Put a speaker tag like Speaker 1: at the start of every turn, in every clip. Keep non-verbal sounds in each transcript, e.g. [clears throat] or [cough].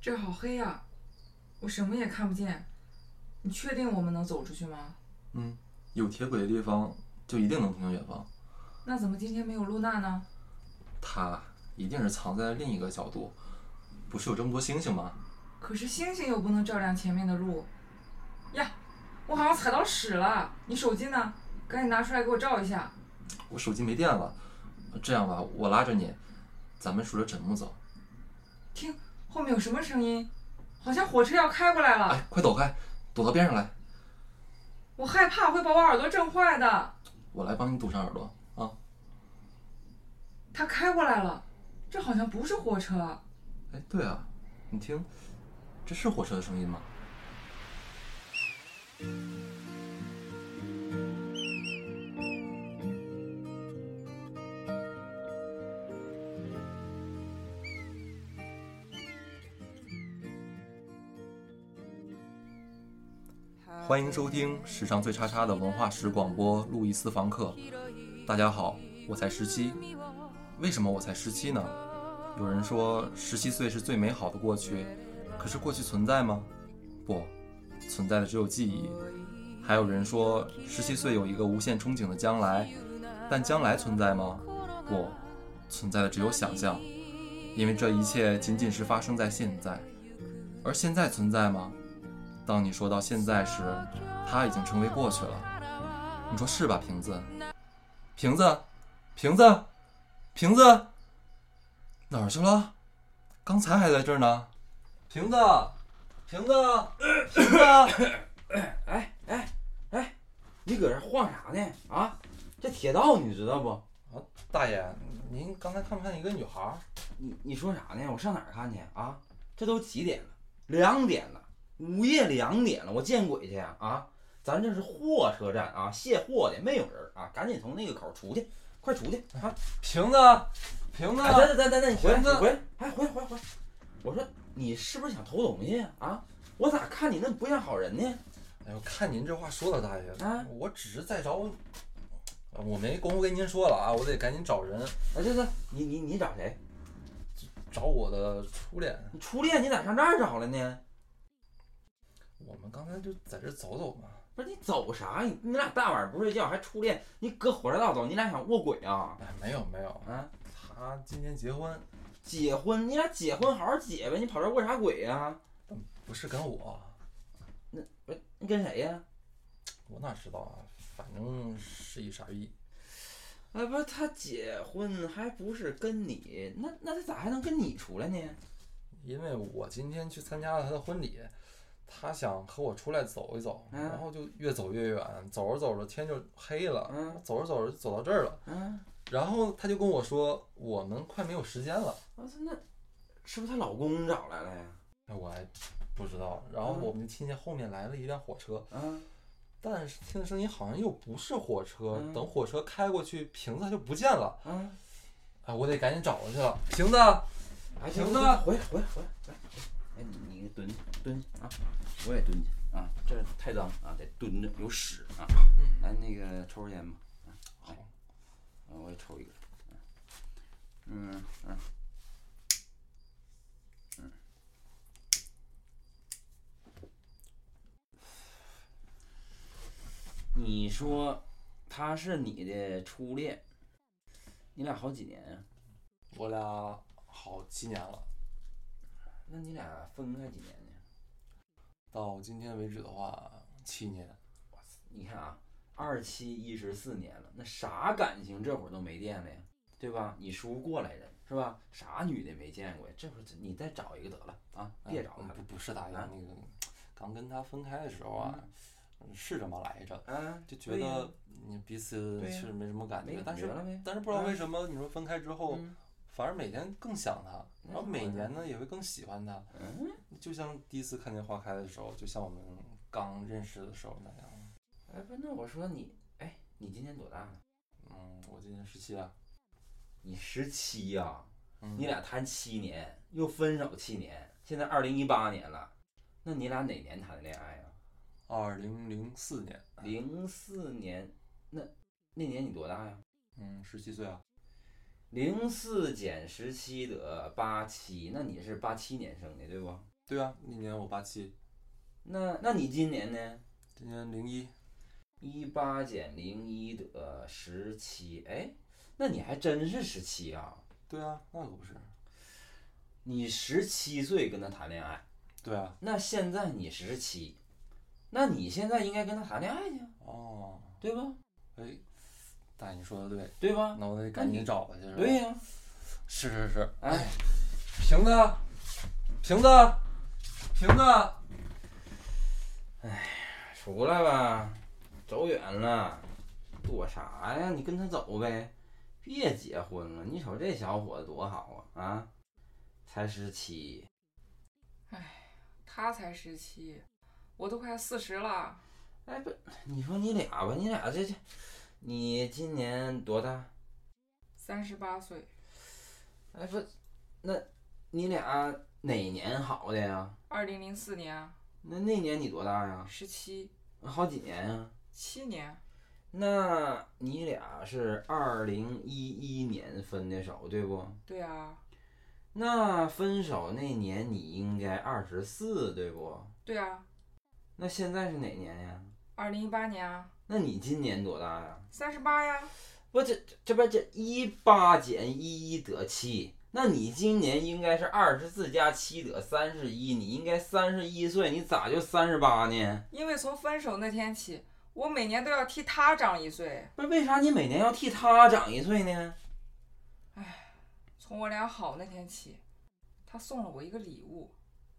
Speaker 1: 这儿好黑呀、我什么也看不见。你确定我们能走出去吗？
Speaker 2: 嗯，有铁轨的地方就一定能通向远方。
Speaker 1: 那怎么今天没有露娜呢？
Speaker 2: 它一定是藏在另一个角度。不是有这么多星星吗？
Speaker 1: 可是星星又不能照亮前面的路。呀，我好像踩到屎了！你手机呢？赶紧拿出来给我照一下。
Speaker 2: 我手机没电了。这样吧，我拉着你，咱们顺着枕木走。
Speaker 1: 听，后面有什么声音？好像火车要开过来了，
Speaker 2: 哎，快躲开，躲到边上来，
Speaker 1: 我害怕会把我耳朵震坏的。
Speaker 2: 我来帮你堵上耳朵啊！
Speaker 1: 它开过来了，这好像不是火车，
Speaker 2: 哎，对啊，你听，这是火车的声音吗？欢迎收听史上最叉叉的文化史广播路易斯房客。大家好，我才十七。为什么我才十七呢？有人说十七岁是最美好的过去，可是过去存在吗？不，存在的只有记忆。还有人说十七岁有一个无限憧憬的将来，但将来存在吗？不，存在的只有想象，因为这一切仅仅是发生在现在。而现在存在吗？当你说到现在时，它已经成为过去了。你说是吧，瓶子？瓶子，瓶子，瓶子，哪儿去了？刚才还在这儿呢。瓶子，瓶子， [clears throat] 瓶子，
Speaker 3: 哎哎哎，你搁这晃啥呢？啊，这铁道你知道不？
Speaker 2: 大爷，您刚才看没看一个女孩儿？
Speaker 3: 你你说啥呢？我上哪儿看去啊？这都几点了？两点了，午夜两点了，我见鬼去啊！啊，咱这是货车站啊，卸货的，没有人啊，赶紧从那个口出去，快出去啊！
Speaker 2: 瓶子，瓶子，
Speaker 3: 哎，等等等等等，你回来，
Speaker 2: 瓶
Speaker 3: 你
Speaker 2: 子
Speaker 3: 回来，哎，回来回来回来！我说你是不是想偷东西啊？啊，我咋看你那不像好人呢？
Speaker 2: 哎呦，看您这话说的，大爷，
Speaker 3: 啊
Speaker 2: 我只是在找，我没工夫跟您说了啊，我得赶紧找人，
Speaker 3: 哎，这这，你你你找谁？
Speaker 2: 找我的初恋。
Speaker 3: 你初恋你咋上这儿找来呢？
Speaker 2: 我们刚才就在这走走嘛。
Speaker 3: 不是你走啥？你你俩大晚上不睡觉还初恋，你搁火车道走，你俩想卧轨啊？
Speaker 2: 哎，没有没有，
Speaker 3: 啊，
Speaker 2: 他今天结婚，
Speaker 3: 结婚，你俩结婚好好结呗，你跑这卧啥轨啊呀、
Speaker 2: 不是跟我，
Speaker 3: 不是你跟谁呀、
Speaker 2: 我哪知道啊？反正是一傻逼。
Speaker 3: 哎，不是他结婚还不是跟你，那那他咋还能跟你出来呢？
Speaker 2: 因为我今天去参加了他的婚礼，他想和我出来走一走，
Speaker 3: 嗯
Speaker 2: 然后就越走越远，走着走着天就黑了，
Speaker 3: 嗯
Speaker 2: 走着走着就走到这儿了。
Speaker 3: 啊，
Speaker 2: 然后他就跟我说，我们快没有时间了。
Speaker 3: 我操，那是不是她老公找来了呀？
Speaker 2: 哎，我还不知道。然后
Speaker 3: 嗯
Speaker 2: 我们就听见后面来了一辆火车，
Speaker 3: 啊，
Speaker 2: 但是听的声音好像又不是火车。
Speaker 3: 嗯
Speaker 2: 等火车开过去，瓶子就不见了。
Speaker 3: 啊，
Speaker 2: 哎，我得赶紧找过去了。瓶子，
Speaker 3: 哎，
Speaker 2: 行
Speaker 3: 行
Speaker 2: 了
Speaker 3: 了，回来回来回来回来，哎，你你蹲蹲啊，我也蹲去啊，这太脏啊，得蹲着，有屎啊。来那个抽根烟吧，啊，来，啊，我也抽一根，嗯嗯嗯嗯，你说她是你的初恋，你俩好几年啊？
Speaker 2: 我俩好七年了，
Speaker 3: 那你俩分开几年呢？
Speaker 2: 到今天为止的话，七年。
Speaker 3: 你看啊，二七一十四年了，那啥感情这会儿都没电了呀，对吧？你叔过来人是吧？啥女的没见过呀？这会儿你再找一个得了啊，别找
Speaker 2: 嗯
Speaker 3: 他了
Speaker 2: 不。不是大爷，
Speaker 3: 啊
Speaker 2: 那个刚跟他分开的时候啊，是这么来着，
Speaker 3: 啊，
Speaker 2: 嗯就觉
Speaker 3: 嗯对呀
Speaker 2: 得你彼此
Speaker 3: 对呀
Speaker 2: 是没什么感觉，
Speaker 3: 没感
Speaker 2: 但
Speaker 3: 觉了
Speaker 2: 是
Speaker 3: 呗
Speaker 2: 但是不知道
Speaker 3: 啊
Speaker 2: 为什么，你说分开之后，
Speaker 3: 嗯
Speaker 2: 反而每天更想他，
Speaker 3: 那
Speaker 2: 然后
Speaker 3: 是
Speaker 2: 每
Speaker 3: 好的
Speaker 2: 年呢也会更喜欢他，
Speaker 3: 嗯，
Speaker 2: 就像第一次看见花开的时候，就像我们刚认识的时候那样。
Speaker 3: 哎，不是，那我说你，哎，你今年多大了？
Speaker 2: 嗯，我今年十七啊，
Speaker 3: 你十七呀？
Speaker 2: 嗯
Speaker 3: 你俩谈七年，又分手七年，现在二零一八年了，那你俩哪年谈的恋爱呀、
Speaker 2: 二零零四年，
Speaker 3: 啊？零四年，那那年你多大呀、
Speaker 2: 嗯，十七岁啊，
Speaker 3: 零四减十七得八七，那你是八七年生的对不？
Speaker 2: 对啊，那年我八七，
Speaker 3: 那那你今年呢？
Speaker 2: 今年零一，
Speaker 3: 一八减零一得十七，哎，那你还真是十七啊！
Speaker 2: 对啊，那可不是，
Speaker 3: 你十七岁跟他谈恋爱，
Speaker 2: 对啊，
Speaker 3: 那现在你十七，那你现在应该跟他谈恋爱去啊，
Speaker 2: 哦，
Speaker 3: 对吧？
Speaker 2: 哎，大爷你说的对，
Speaker 3: 对吧？
Speaker 2: 那我得赶紧找他去，是吧
Speaker 3: 对呀、
Speaker 2: 是是是，
Speaker 3: 哎，
Speaker 2: 瓶子，瓶子，瓶子，
Speaker 3: 出来吧，走远了，躲啥呀？你跟他走呗，别结婚了。你瞅这小伙子多好啊啊！才十七，
Speaker 1: 他才十七，我都快四十了，
Speaker 3: 哎不，你说你俩吧，你俩这这，你今年多大？
Speaker 1: 三十八岁，
Speaker 3: 哎不，那你俩哪年好的呀？
Speaker 1: 二零零四年
Speaker 3: 那那年你多大呀？
Speaker 1: 十七，
Speaker 3: 好几年呀？
Speaker 1: 七年，
Speaker 3: 那你俩是二零一一年分的手，对不？
Speaker 1: 对啊，
Speaker 3: 那分手那年你应该二十四，对不？
Speaker 1: 对啊，
Speaker 3: 那现在是哪年呀？
Speaker 1: 二零一八年啊，
Speaker 3: 那你今年多大呀？
Speaker 1: 三十八呀，
Speaker 3: 不，这这这不这一八减一一得七，那你今年应该是二十四加七得三十一，你应该三十一岁，你咋就三十八呢？
Speaker 1: 因为从分手那天起，我每年都要替他长一岁。
Speaker 3: 不是为啥你每年要替他长一岁呢？
Speaker 1: 从我俩好那天起，他送了我一个礼物，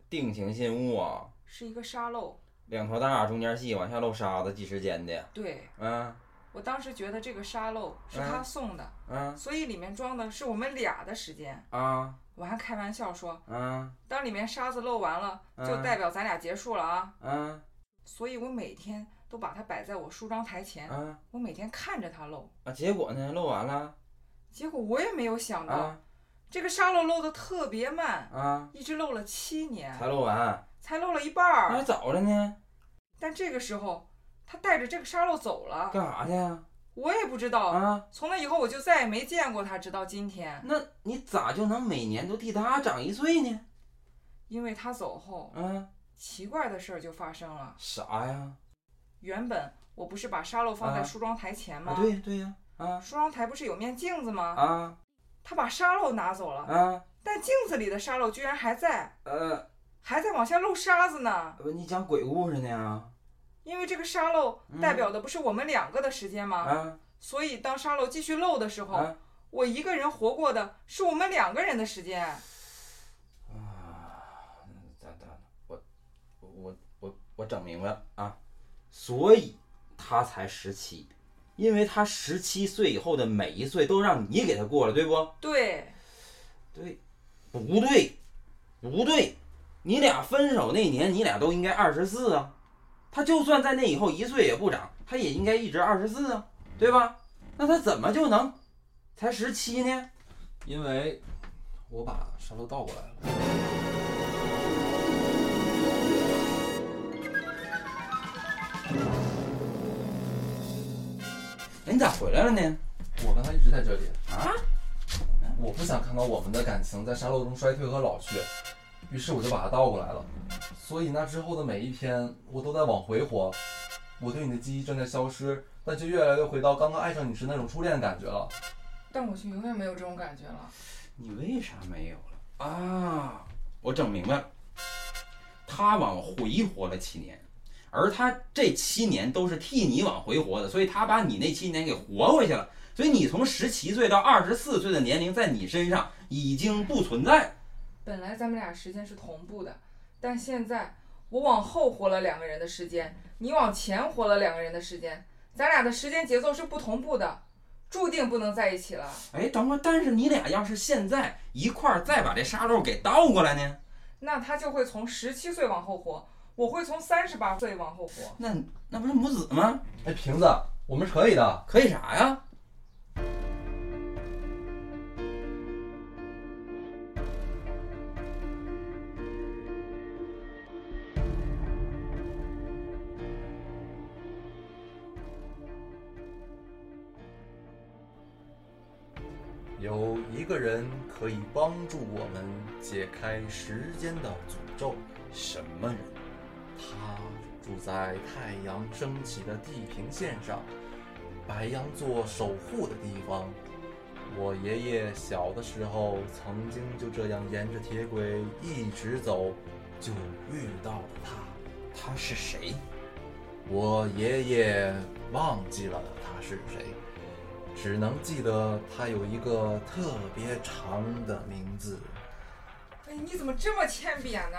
Speaker 3: 定情信物啊，
Speaker 1: 是一个沙漏。
Speaker 3: 两头大，中间细，往下漏沙子，计时间的，
Speaker 1: 对
Speaker 3: 嗯
Speaker 1: 我当时觉得这个沙漏是
Speaker 3: 哎
Speaker 1: 他送的，
Speaker 3: 嗯
Speaker 1: 所以里面装的是我们俩的时间。
Speaker 3: 啊
Speaker 1: 我还开玩笑说，
Speaker 3: 啊
Speaker 1: 当里面沙子漏完了，就
Speaker 3: 嗯
Speaker 1: 代表咱俩结束了啊。
Speaker 3: 啊
Speaker 1: 所以我每天都把它摆在我梳妆台前，
Speaker 3: 啊
Speaker 1: 我每天看着它漏。
Speaker 3: 啊！结果呢，漏完了
Speaker 1: 结果我也没有想到，
Speaker 3: 啊
Speaker 1: 这个沙漏漏的特别慢，
Speaker 3: 啊，
Speaker 1: 一直漏了七年，
Speaker 3: 才漏啊完，
Speaker 1: 才漏了一半儿。
Speaker 3: 那还早着呢，
Speaker 1: 但这个时候，他带着这个沙漏走了，
Speaker 3: 干啥去呀？
Speaker 1: 我也不知道。
Speaker 3: 啊，
Speaker 1: 从那以后，我就再也没见过他，直到今天。
Speaker 3: 那你咋就能每年都替他长一岁呢？
Speaker 1: 因为他走后，
Speaker 3: 啊，
Speaker 1: 奇怪的事儿就发生了。
Speaker 3: 啥呀？
Speaker 1: 原本我不是把沙漏放在
Speaker 3: 啊
Speaker 1: 梳妆台前吗？
Speaker 3: 啊，对呀对呀，啊
Speaker 1: 梳妆台不是有面镜子吗？
Speaker 3: 啊
Speaker 1: 他把沙漏拿走了，
Speaker 3: 啊
Speaker 1: 但镜子里的沙漏居然还在，
Speaker 3: 呃，
Speaker 1: 还在往下漏沙子呢。
Speaker 3: 不你讲鬼故事呢？啊
Speaker 1: 因为这个沙漏
Speaker 3: 嗯
Speaker 1: 代表的不是我们两个的时间吗？
Speaker 3: 啊
Speaker 1: 所以当沙漏继续漏的时候，
Speaker 3: 啊！
Speaker 1: 我一个人活过的是我们两个人的时间。
Speaker 3: 咋咋的？我我我我整明白了啊！所以他才十七，因为他十七岁以后的每一岁都让你给他过了，对不？
Speaker 1: 对，
Speaker 3: 对，不对？不对，你俩分手那年，你俩都应该二十四啊。他就算在那以后一岁也不长，他也应该一直二十四啊，对吧？那他怎么就能才十七呢？
Speaker 2: 因为我把沙漏倒过来了。
Speaker 3: 哎，你咋回来了呢？
Speaker 2: 我跟他一直在这里，
Speaker 3: 啊？
Speaker 2: 我不想看到我们的感情在沙漏中衰退和老去，于是我就把它倒过来了。所以那之后的每一天，我都在往回活。我对你的记忆正在消失，但却越来越回到刚刚爱上你时那种初恋的感觉了。
Speaker 1: 但我却永远没有这种感觉了。
Speaker 3: 你为啥没有了啊？我整明白了，他往回活了七年，而他这七年都是替你往回活的，所以他把你那七年给活回去了。所以你从十七岁到二十四岁的年龄，在你身上已经不存在。
Speaker 1: 本来咱们俩时间是同步的，但现在我往后活了两个人的时间，你往前活了两个人的时间，咱俩的时间节奏是不同步的，注定不能在一起了。
Speaker 3: 哎，等会儿，但是你俩要是现在一块儿再把这沙漏给倒过来呢？
Speaker 1: 那他就会从十七岁往后活，我会从三十八岁往后活。
Speaker 3: 那那不是母子吗？
Speaker 2: 哎，瓶子，我们是可以的。
Speaker 3: 可以啥呀？
Speaker 2: 有一个人可以帮助我们解开时间的诅咒，什么人？他住在太阳升起的地平线上，白羊座守护的地方。我爷爷小的时候曾经就这样沿着铁轨一直走，就遇到了他。
Speaker 3: 他是谁？
Speaker 2: 我爷爷忘记了他是谁，只能记得他有一个特别长的名字。
Speaker 1: 哎，你怎么这么欠扁呢？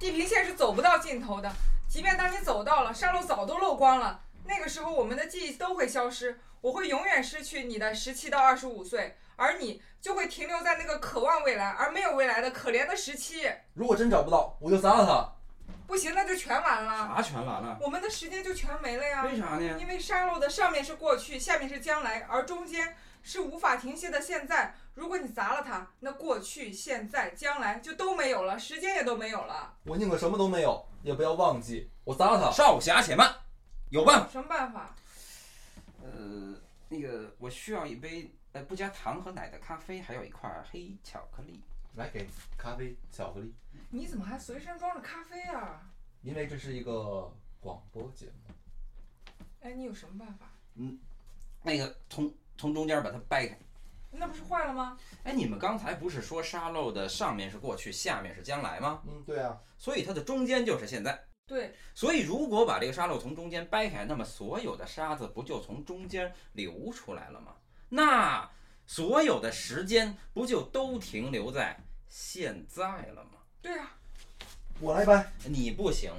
Speaker 1: 地平线是走不到尽头的，即便当你走到了，山路早都漏光了。那个时候，我们的记忆都会消失，我会永远失去你的十七到二十五岁，而你就会停留在那个渴望未来而没有未来的可怜的时期。
Speaker 2: 如果真找不到，我就砸了他。
Speaker 1: 不行，那就全完了，
Speaker 3: 啥全完了？
Speaker 1: 我们的时间就全没了呀。
Speaker 3: 为啥呢？
Speaker 1: 因为山路的上面是过去，下面是将来，而中间是无法停歇的现在。如果你砸了它，那过去、现在、将来就都没有了，时间也都没有了。
Speaker 2: 我宁可什么都没有，也不要忘记我砸了他。
Speaker 3: 少侠且慢，有办法。
Speaker 1: 什么办法？
Speaker 3: 呃，那个我需要一杯呃不加糖和奶的咖啡，还有一块黑巧克力。
Speaker 2: 来给咖啡、巧克力，
Speaker 1: 你怎么还随身装着咖啡啊？
Speaker 2: 因为这是一个广播节目。
Speaker 1: 哎，你有什么办法？
Speaker 3: 那个从从中间把它掰开。
Speaker 1: 那不是坏了吗？
Speaker 3: 哎，你们刚才不是说沙漏的上面是过去，下面是将来吗？
Speaker 2: 嗯，对啊，
Speaker 3: 所以它的中间就是现在。
Speaker 1: 对，
Speaker 3: 所以如果把这个沙漏从中间掰开，那么所有的沙子不就从中间流出来了吗？那所有的时间不就都停留在现在了吗？
Speaker 1: 对啊，
Speaker 2: 我来掰。
Speaker 3: 你不行，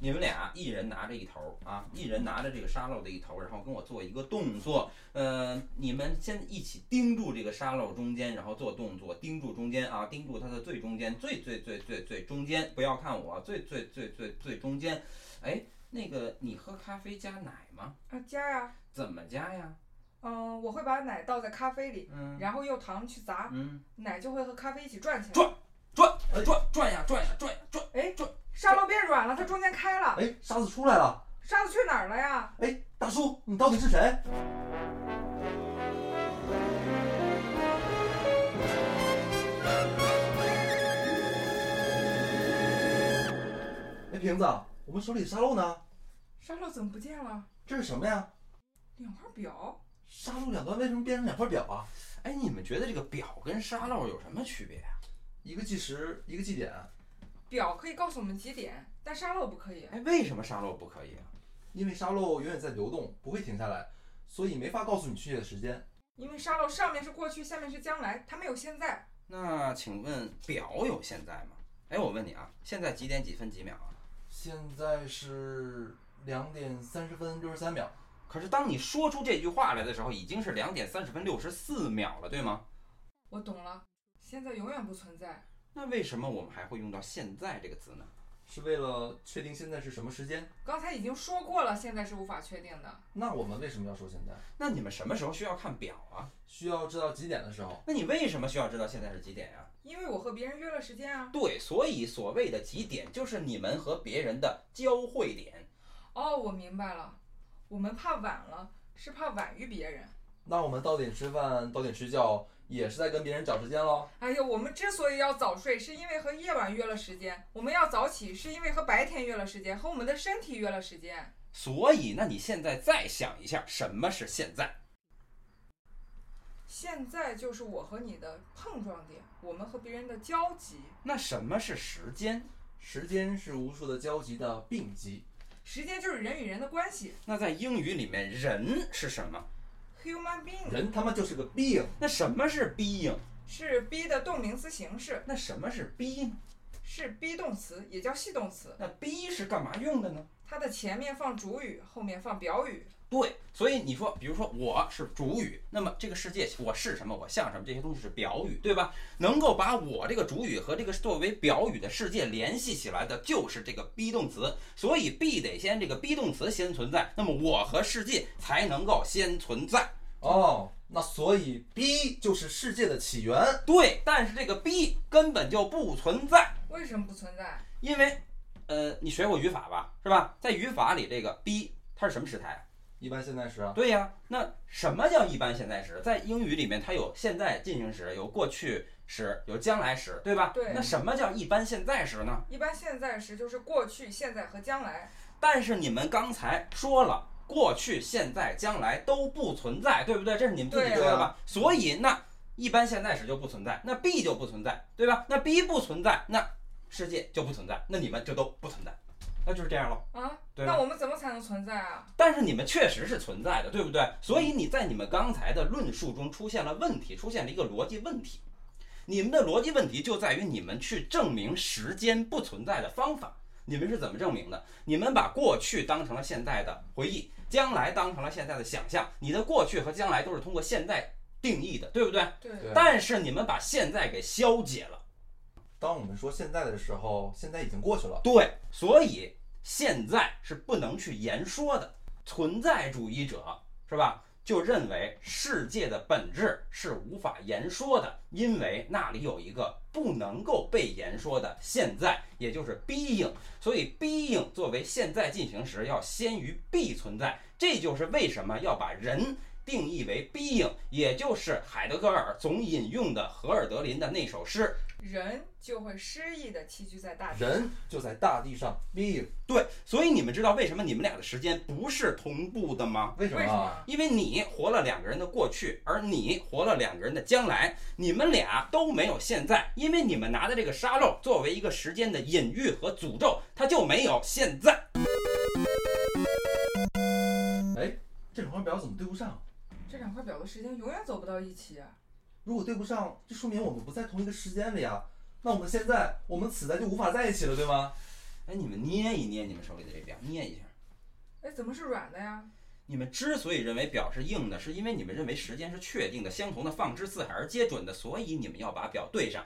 Speaker 3: 你们俩一人拿着一头儿啊，一人拿着这个沙漏的一头儿，然后跟我做一个动作。呃，你们先一起盯住这个沙漏中间，然后做动作，盯住中间啊，盯住它的最中间，最最最最最中间。不要看我，最最最最最中间。哎，那个你喝咖啡加奶吗？
Speaker 1: 啊加呀、
Speaker 3: 怎么加呀？
Speaker 1: 嗯、我会把奶倒在咖啡里，
Speaker 3: 嗯
Speaker 1: 然后用糖去砸，
Speaker 3: 嗯，
Speaker 1: 奶就会和咖啡一起转起来。哎
Speaker 3: 转转转转呀转呀转呀转。
Speaker 1: 沙漏变软了，它中间开了，
Speaker 2: 哎，沙子出来了。
Speaker 1: 沙子去哪儿了呀？
Speaker 2: 哎，大叔，你到底是谁？哎，瓶子，我们手里的沙漏呢？
Speaker 1: 沙漏怎么不见了？
Speaker 2: 这是什么呀？
Speaker 1: 两块表，
Speaker 2: 沙漏两端为什么变成两块表啊？
Speaker 3: 哎，你们觉得这个表跟沙漏有什么区别啊？
Speaker 2: 一个计时，一个计点，啊
Speaker 1: 表可以告诉我们几点，但沙漏不可以。啊
Speaker 3: 哎，为什么沙漏不可以啊？
Speaker 2: 因为沙漏永远在流动，不会停下来，所以没法告诉你确切的时间。
Speaker 1: 因为沙漏上面是过去，下面是将来，它没有现在。
Speaker 3: 那请问表有现在吗？哎，我问你啊，现在几点几分几秒啊？
Speaker 2: 现在是两点三十分六十三秒。
Speaker 3: 可是当你说出这句话来的时候，已经是两点三十分六十四秒了，对吗？
Speaker 1: 我懂了，现在永远不存在。
Speaker 3: 那为什么我们还会用到“现在”这个词呢？
Speaker 2: 是为了确定现在是什么时间。
Speaker 1: 刚才已经说过了，现在是无法确定的。
Speaker 2: 那我们为什么要说现在？
Speaker 3: 那你们什么时候需要看表啊？
Speaker 2: 需要知道几点的时候，
Speaker 3: 那你为什么需要知道现在是几点呀、
Speaker 1: 因为我和别人约了时间啊。
Speaker 3: 对，所以所谓的几点就是你们和别人的交汇点。
Speaker 1: 哦，我明白了，我们怕晚了，是怕晚于别人。
Speaker 2: 那我们到点吃饭，到点睡觉，也是在跟别人找时间喽。
Speaker 1: 哎呀，我们之所以要早睡，是因为和夜晚约了时间；我们要早起，是因为和白天约了时间，和我们的身体约了时间。
Speaker 3: 所以，那你现在再想一下，什么是现在？
Speaker 1: 现在就是我和你的碰撞点，我们和别人的交集。
Speaker 3: 那什么是时间？
Speaker 2: 时间是无数的交集的并集
Speaker 1: 时间就是人与人的关系
Speaker 3: 那在英语里面，人是什么？
Speaker 1: ，human being
Speaker 2: 人他妈就是个病。
Speaker 3: 那什么是 being？
Speaker 1: 是 be 的动名词形式，
Speaker 3: 那什么是 be？
Speaker 1: 是 be 动词，也叫系动词。
Speaker 3: 那 be 是干嘛用的呢？
Speaker 1: 它的前面放主语，后面放表语。
Speaker 3: 对，所以你说，比如说我是主语，那么这个世界我是什么，我像什么，这些东西是表语，对吧？能够把我这个主语和这个作为表语的世界联系起来的，就是这个 be 动词。所以 be 得先这个 be 动词先存在，那么我和世界才能够先存在。
Speaker 2: 哦，那所以 B 就是世界的起源。
Speaker 3: 对，但是这个 be 根本就不存在。
Speaker 1: 为什么不存在？
Speaker 3: 因为，呃，你学过语法吧，是吧？在语法里，这个 be 它是什么时态啊？
Speaker 2: 一般现在时啊，
Speaker 3: 对呀，那什么叫一般现在时？在英语里面，它有现在进行时，有过去、时，有将来时，对吧？
Speaker 1: 对
Speaker 3: 那什么叫一般现在时呢？
Speaker 1: 一般现在时就是过去、现在和将来。
Speaker 3: 但是你们刚才说了，过去、现在、将来都不存在，对不对？这是你们自己
Speaker 1: 对啊
Speaker 3: 说的吧？所以那一般现在时就不存在，那 B 就不存在，对吧？那 B 不存在，那世界就不存在，那你们就都不存在，那就是这样喽。
Speaker 1: 啊，
Speaker 3: 对
Speaker 1: 那
Speaker 3: 吧？
Speaker 1: 我们怎么才能存在啊？
Speaker 3: 但是你们确实是存在的，对不对？所以你在你们刚才的论述中出现了问题，出现了一个逻辑问题。你们的逻辑问题就在于你们去证明时间不存在的方法。你们是怎么证明的？你们把过去当成了现在的回忆，将来当成了现在的想象。你的过去和将来都是通过现在定义的，对不对？
Speaker 1: 对，
Speaker 2: 对
Speaker 3: 但是你们把现在给消解了。
Speaker 2: 当我们说现在的时候，现在已经过去了。
Speaker 3: 对，所以现在是不能去言说的。存在主义者是吧？就认为世界的本质是无法言说的，因为那里有一个不能够被言说的现在，也就是 being。所以 being 作为现在进行时，要先于 be 存在。这就是为什么要把人定义为 being，也就是海德格尔总引用的荷尔德林的那首诗
Speaker 1: 人就会失意的栖居在大地。
Speaker 2: 人就在大地上 live，
Speaker 3: 对，所以你们知道为什么你们俩的时间不是同步的吗？
Speaker 2: 为什
Speaker 1: 为什
Speaker 2: 么？啊
Speaker 1: 么？
Speaker 3: 因为你活了两个人的过去，而你活了两个人的将来，你们俩都没有现在，因为你们拿的这个沙漏作为一个时间的隐喻和诅咒，它就没有现在。
Speaker 2: 哎，这两块表怎么对不上？
Speaker 1: 这两块表的时间永远走不到一起啊。
Speaker 2: 如果对不上，就说明我们不在同一个时间里啊。那我们现在，我们此在就无法在一起了，对吗？
Speaker 3: 哎，你们捏一捏你们手里的这表，捏一下。
Speaker 1: 哎，怎么是软的呀？
Speaker 3: 你们之所以认为表是硬的，是因为你们认为时间是确定的、相同的放之四海而皆准的，所以你们要把表对上。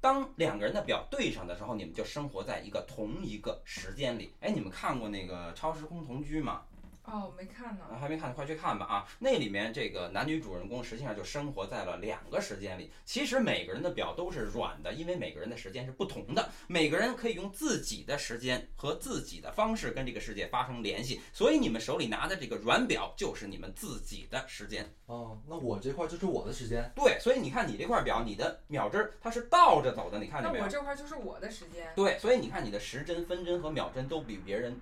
Speaker 3: 当两个人的表对上的时候，你们就生活在一个同一个时间里。哎，你们看过那个《超时空同居》吗？
Speaker 1: 哦，我没看呢。
Speaker 3: 啊还没看，快去看吧啊！那里面这个男女主人公实际上就生活在了两个时间里。其实每个人的表都是软的，因为每个人的时间是不同的，每个人可以用自己的时间和自己的方式跟这个世界发生联系。所以你们手里拿的这个软表就是你们自己的时间。
Speaker 2: 哦，那我这块就是我的时间。
Speaker 3: 对，所以你看你这块表，你的秒针儿它是倒着走的，你看
Speaker 1: 那
Speaker 3: 见没有
Speaker 1: 我？这块就是我的时间。
Speaker 3: 对，所以你看你的时针、分针和秒针都比别人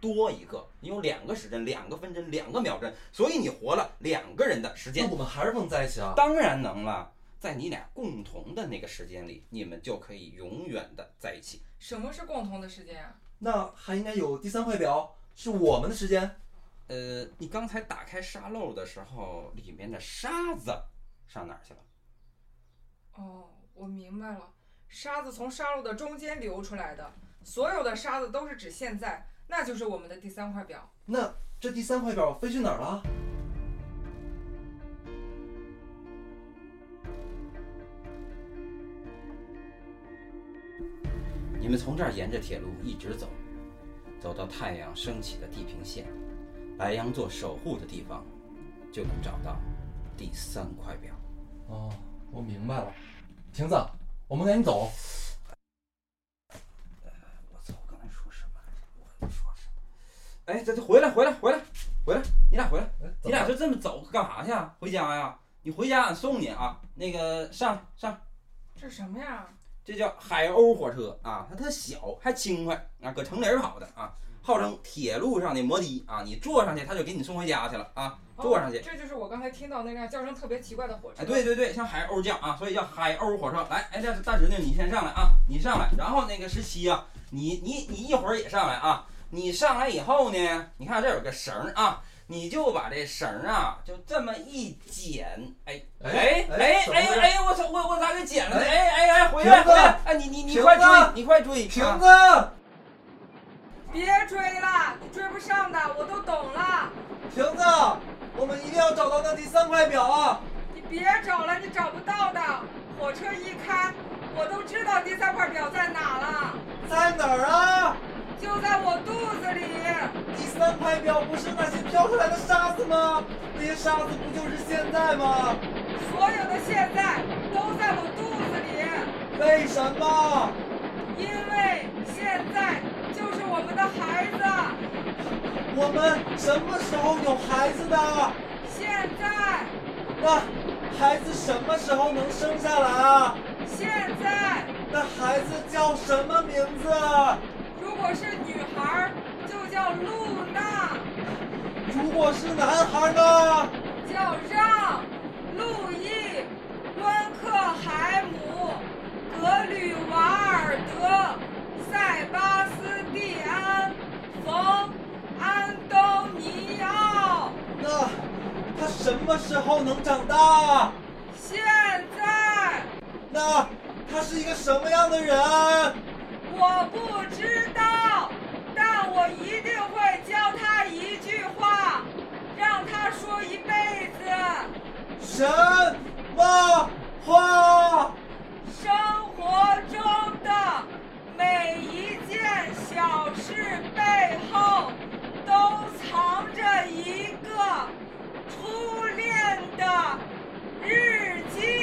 Speaker 3: 多一个，你有两个时针、两个分针、两个秒针，所以你活了两个人的时间
Speaker 2: 那。我们还是不能在一起啊。
Speaker 3: 当然能了，在你俩共同的那个时间里，你们就可以永远的在一起。
Speaker 1: 什么是共同的时间啊？
Speaker 2: 那还应该有第三块表，是我们的时间。
Speaker 3: 呃，你刚才打开沙漏的时候，里面的沙子上哪儿去了？
Speaker 1: 哦，我明白了，沙子从沙漏的中间流出来的，所有的沙子都是指现在，那就是我们的第三块表。
Speaker 2: 那这第三块表飞去哪儿了？
Speaker 3: 你们从这儿沿着铁路一直走，走到太阳升起的地平线，白羊座守护的地方，就能找到第三块表。
Speaker 2: 哦，我明白了。婷子，我们赶紧走。
Speaker 3: 我操！我刚才说什么来着？我说什么？哎，这这回来回来回来回来！你俩回来。
Speaker 2: 哎
Speaker 3: 你俩就这么走干啥去啊？回家呀、你回家俺送你啊。那个上上，
Speaker 1: 这是什么呀？
Speaker 3: 这叫海鸥火车啊，它它小还轻快啊，搁城里儿跑的啊，号称铁路上的摩的啊。你坐上去，它就给你送回家去了啊。坐上去
Speaker 1: 哦这就是我刚才听到那辆叫声特别奇怪的火车。
Speaker 3: 哎，对对对，像海鸥叫啊，所以叫海鸥火车。来，哎，这大侄女你先上来啊，你上来，然后那个十七啊，你你你一会儿也上来啊。你上来以后呢，你看这有个绳儿啊，你就把这绳儿啊就这么一剪，哎哎哎哎哎，我操，我我咋给剪了呢？哎哎哎，回来回来，哎你你你快追，你快追，
Speaker 2: 婷
Speaker 3: 啊
Speaker 2: 子，
Speaker 1: 别追了，你追不上的，我都懂了。
Speaker 2: 婷子，我们一定要找到那第三块表啊！
Speaker 1: 你别找了，你找不到的。火车一开，我都知道第三块表在哪了，
Speaker 2: 在哪儿啊？
Speaker 1: 就在我肚子里。
Speaker 2: 第三块表不是那些飘出来的沙子吗？那些沙子不就是现在吗？
Speaker 1: 所有的现在都在我肚子里，
Speaker 2: 为什么？
Speaker 1: 因为现在就是我们的孩子，
Speaker 2: 我们什么时候有孩子的？
Speaker 1: 现在
Speaker 2: 那孩子什么时候能生下来啊？
Speaker 1: 现在。
Speaker 2: 那孩子叫什么名字？啊
Speaker 1: 如果是女孩儿，就叫露娜，
Speaker 2: 如果是男孩呢？
Speaker 1: 叫让、路易、温克海姆、格吕瓦尔德、塞巴斯蒂安、冯、安东尼奥。
Speaker 2: 那他什么时候能长大？啊
Speaker 1: 现在
Speaker 2: 那他是一个什么样的人？
Speaker 1: 我不知道，但我一定会教他一句话，让他说一辈子。
Speaker 2: 什么话？
Speaker 1: 生活中的每一件小事背后，都藏着一个初恋的日记。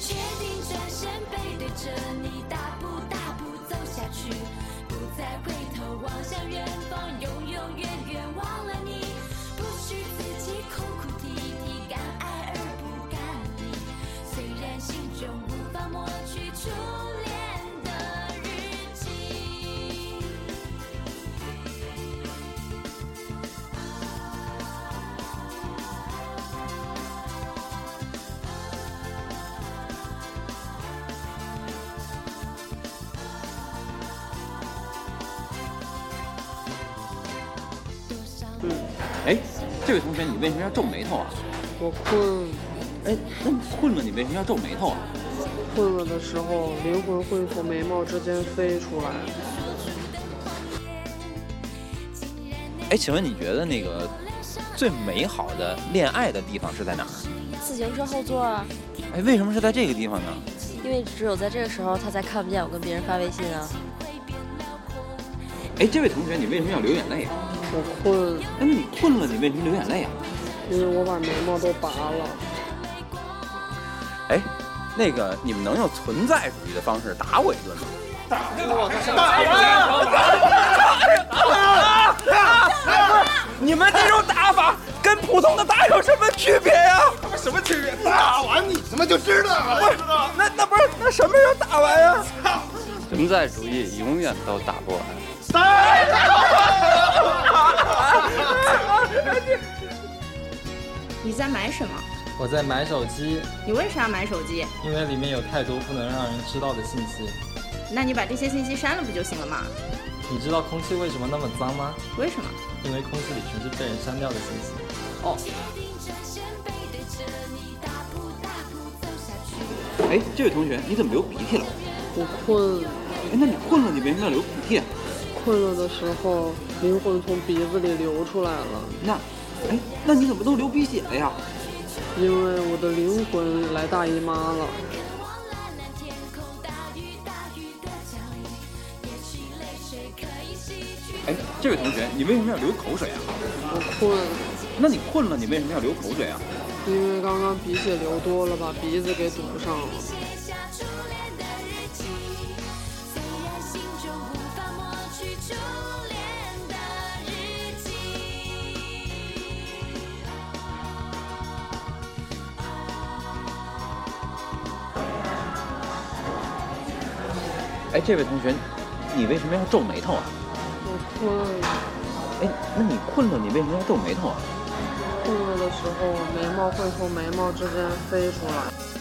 Speaker 4: 决定转身背对着你，大步大步走下去，不再回头望向远方，永永远远忘了你。不许自己哭哭啼啼，敢爱而不敢理。虽然心中无法抹去初恋的日记。
Speaker 5: 哎，这位同学，你为什么要皱眉头啊？
Speaker 6: 我困
Speaker 5: 哎，那你困了，你为什么要皱眉头啊？
Speaker 6: 困了的时候，灵魂会从眉毛之间飞出来。
Speaker 7: 哎，请问你觉得那个最美好的恋爱的地方是在哪儿？
Speaker 8: 自行车后座啊，
Speaker 7: 哎，为什么是在这个地方呢？
Speaker 8: 因为只有在这个时候他才看不见我跟别人发微信啊。
Speaker 5: 哎，这位同学，你为什么要流眼泪啊？
Speaker 6: 我困，
Speaker 5: 哎，那你困了，你为什么流眼泪啊？
Speaker 6: 因为我把眉毛都拔了。
Speaker 7: 哎，那个你们能用存在主义的方式打我一顿吗？打我！打我！打我！你们这种打法跟普通的打有什么区别呀、
Speaker 9: 什么区别？打完你他妈就知道了。
Speaker 7: 那那不是那什么时候打完呀、
Speaker 5: 存在主义永远都打不完。
Speaker 10: 你在买什么？
Speaker 11: 我在买手机，
Speaker 10: 你为啥买手机？
Speaker 11: 因为里面有太多不能让人知道的信息。
Speaker 10: 那你把这些信息删了不就行了吗？
Speaker 11: 你知道空气为什么那么脏吗？
Speaker 10: 为什么？
Speaker 11: 因为空气里全是被人删掉的信息。
Speaker 5: 哎，这位同学，你怎么流鼻涕了？
Speaker 6: 我困，
Speaker 5: 哎，那你困了，你为什么要流鼻涕啊？
Speaker 6: 困了的时候，灵魂从鼻子里流出来了，
Speaker 5: 那，哎，那你怎么都流鼻血了呀？
Speaker 6: 因为我的灵魂来大姨妈了。
Speaker 5: 哎，这位同学，你为什么要流口水啊？
Speaker 6: 我困，
Speaker 5: 那你困了，你为什么要流口水啊？
Speaker 6: 因为刚刚鼻血流多了，把鼻子给堵上了。
Speaker 4: 初恋的日记。
Speaker 5: 哎，这位同学，你为什么要皱眉头啊？
Speaker 6: 我困，
Speaker 5: 哎，那你困了，你为什么要皱眉头啊？
Speaker 6: 困了的时候，眉毛会从眉毛之间飞出来。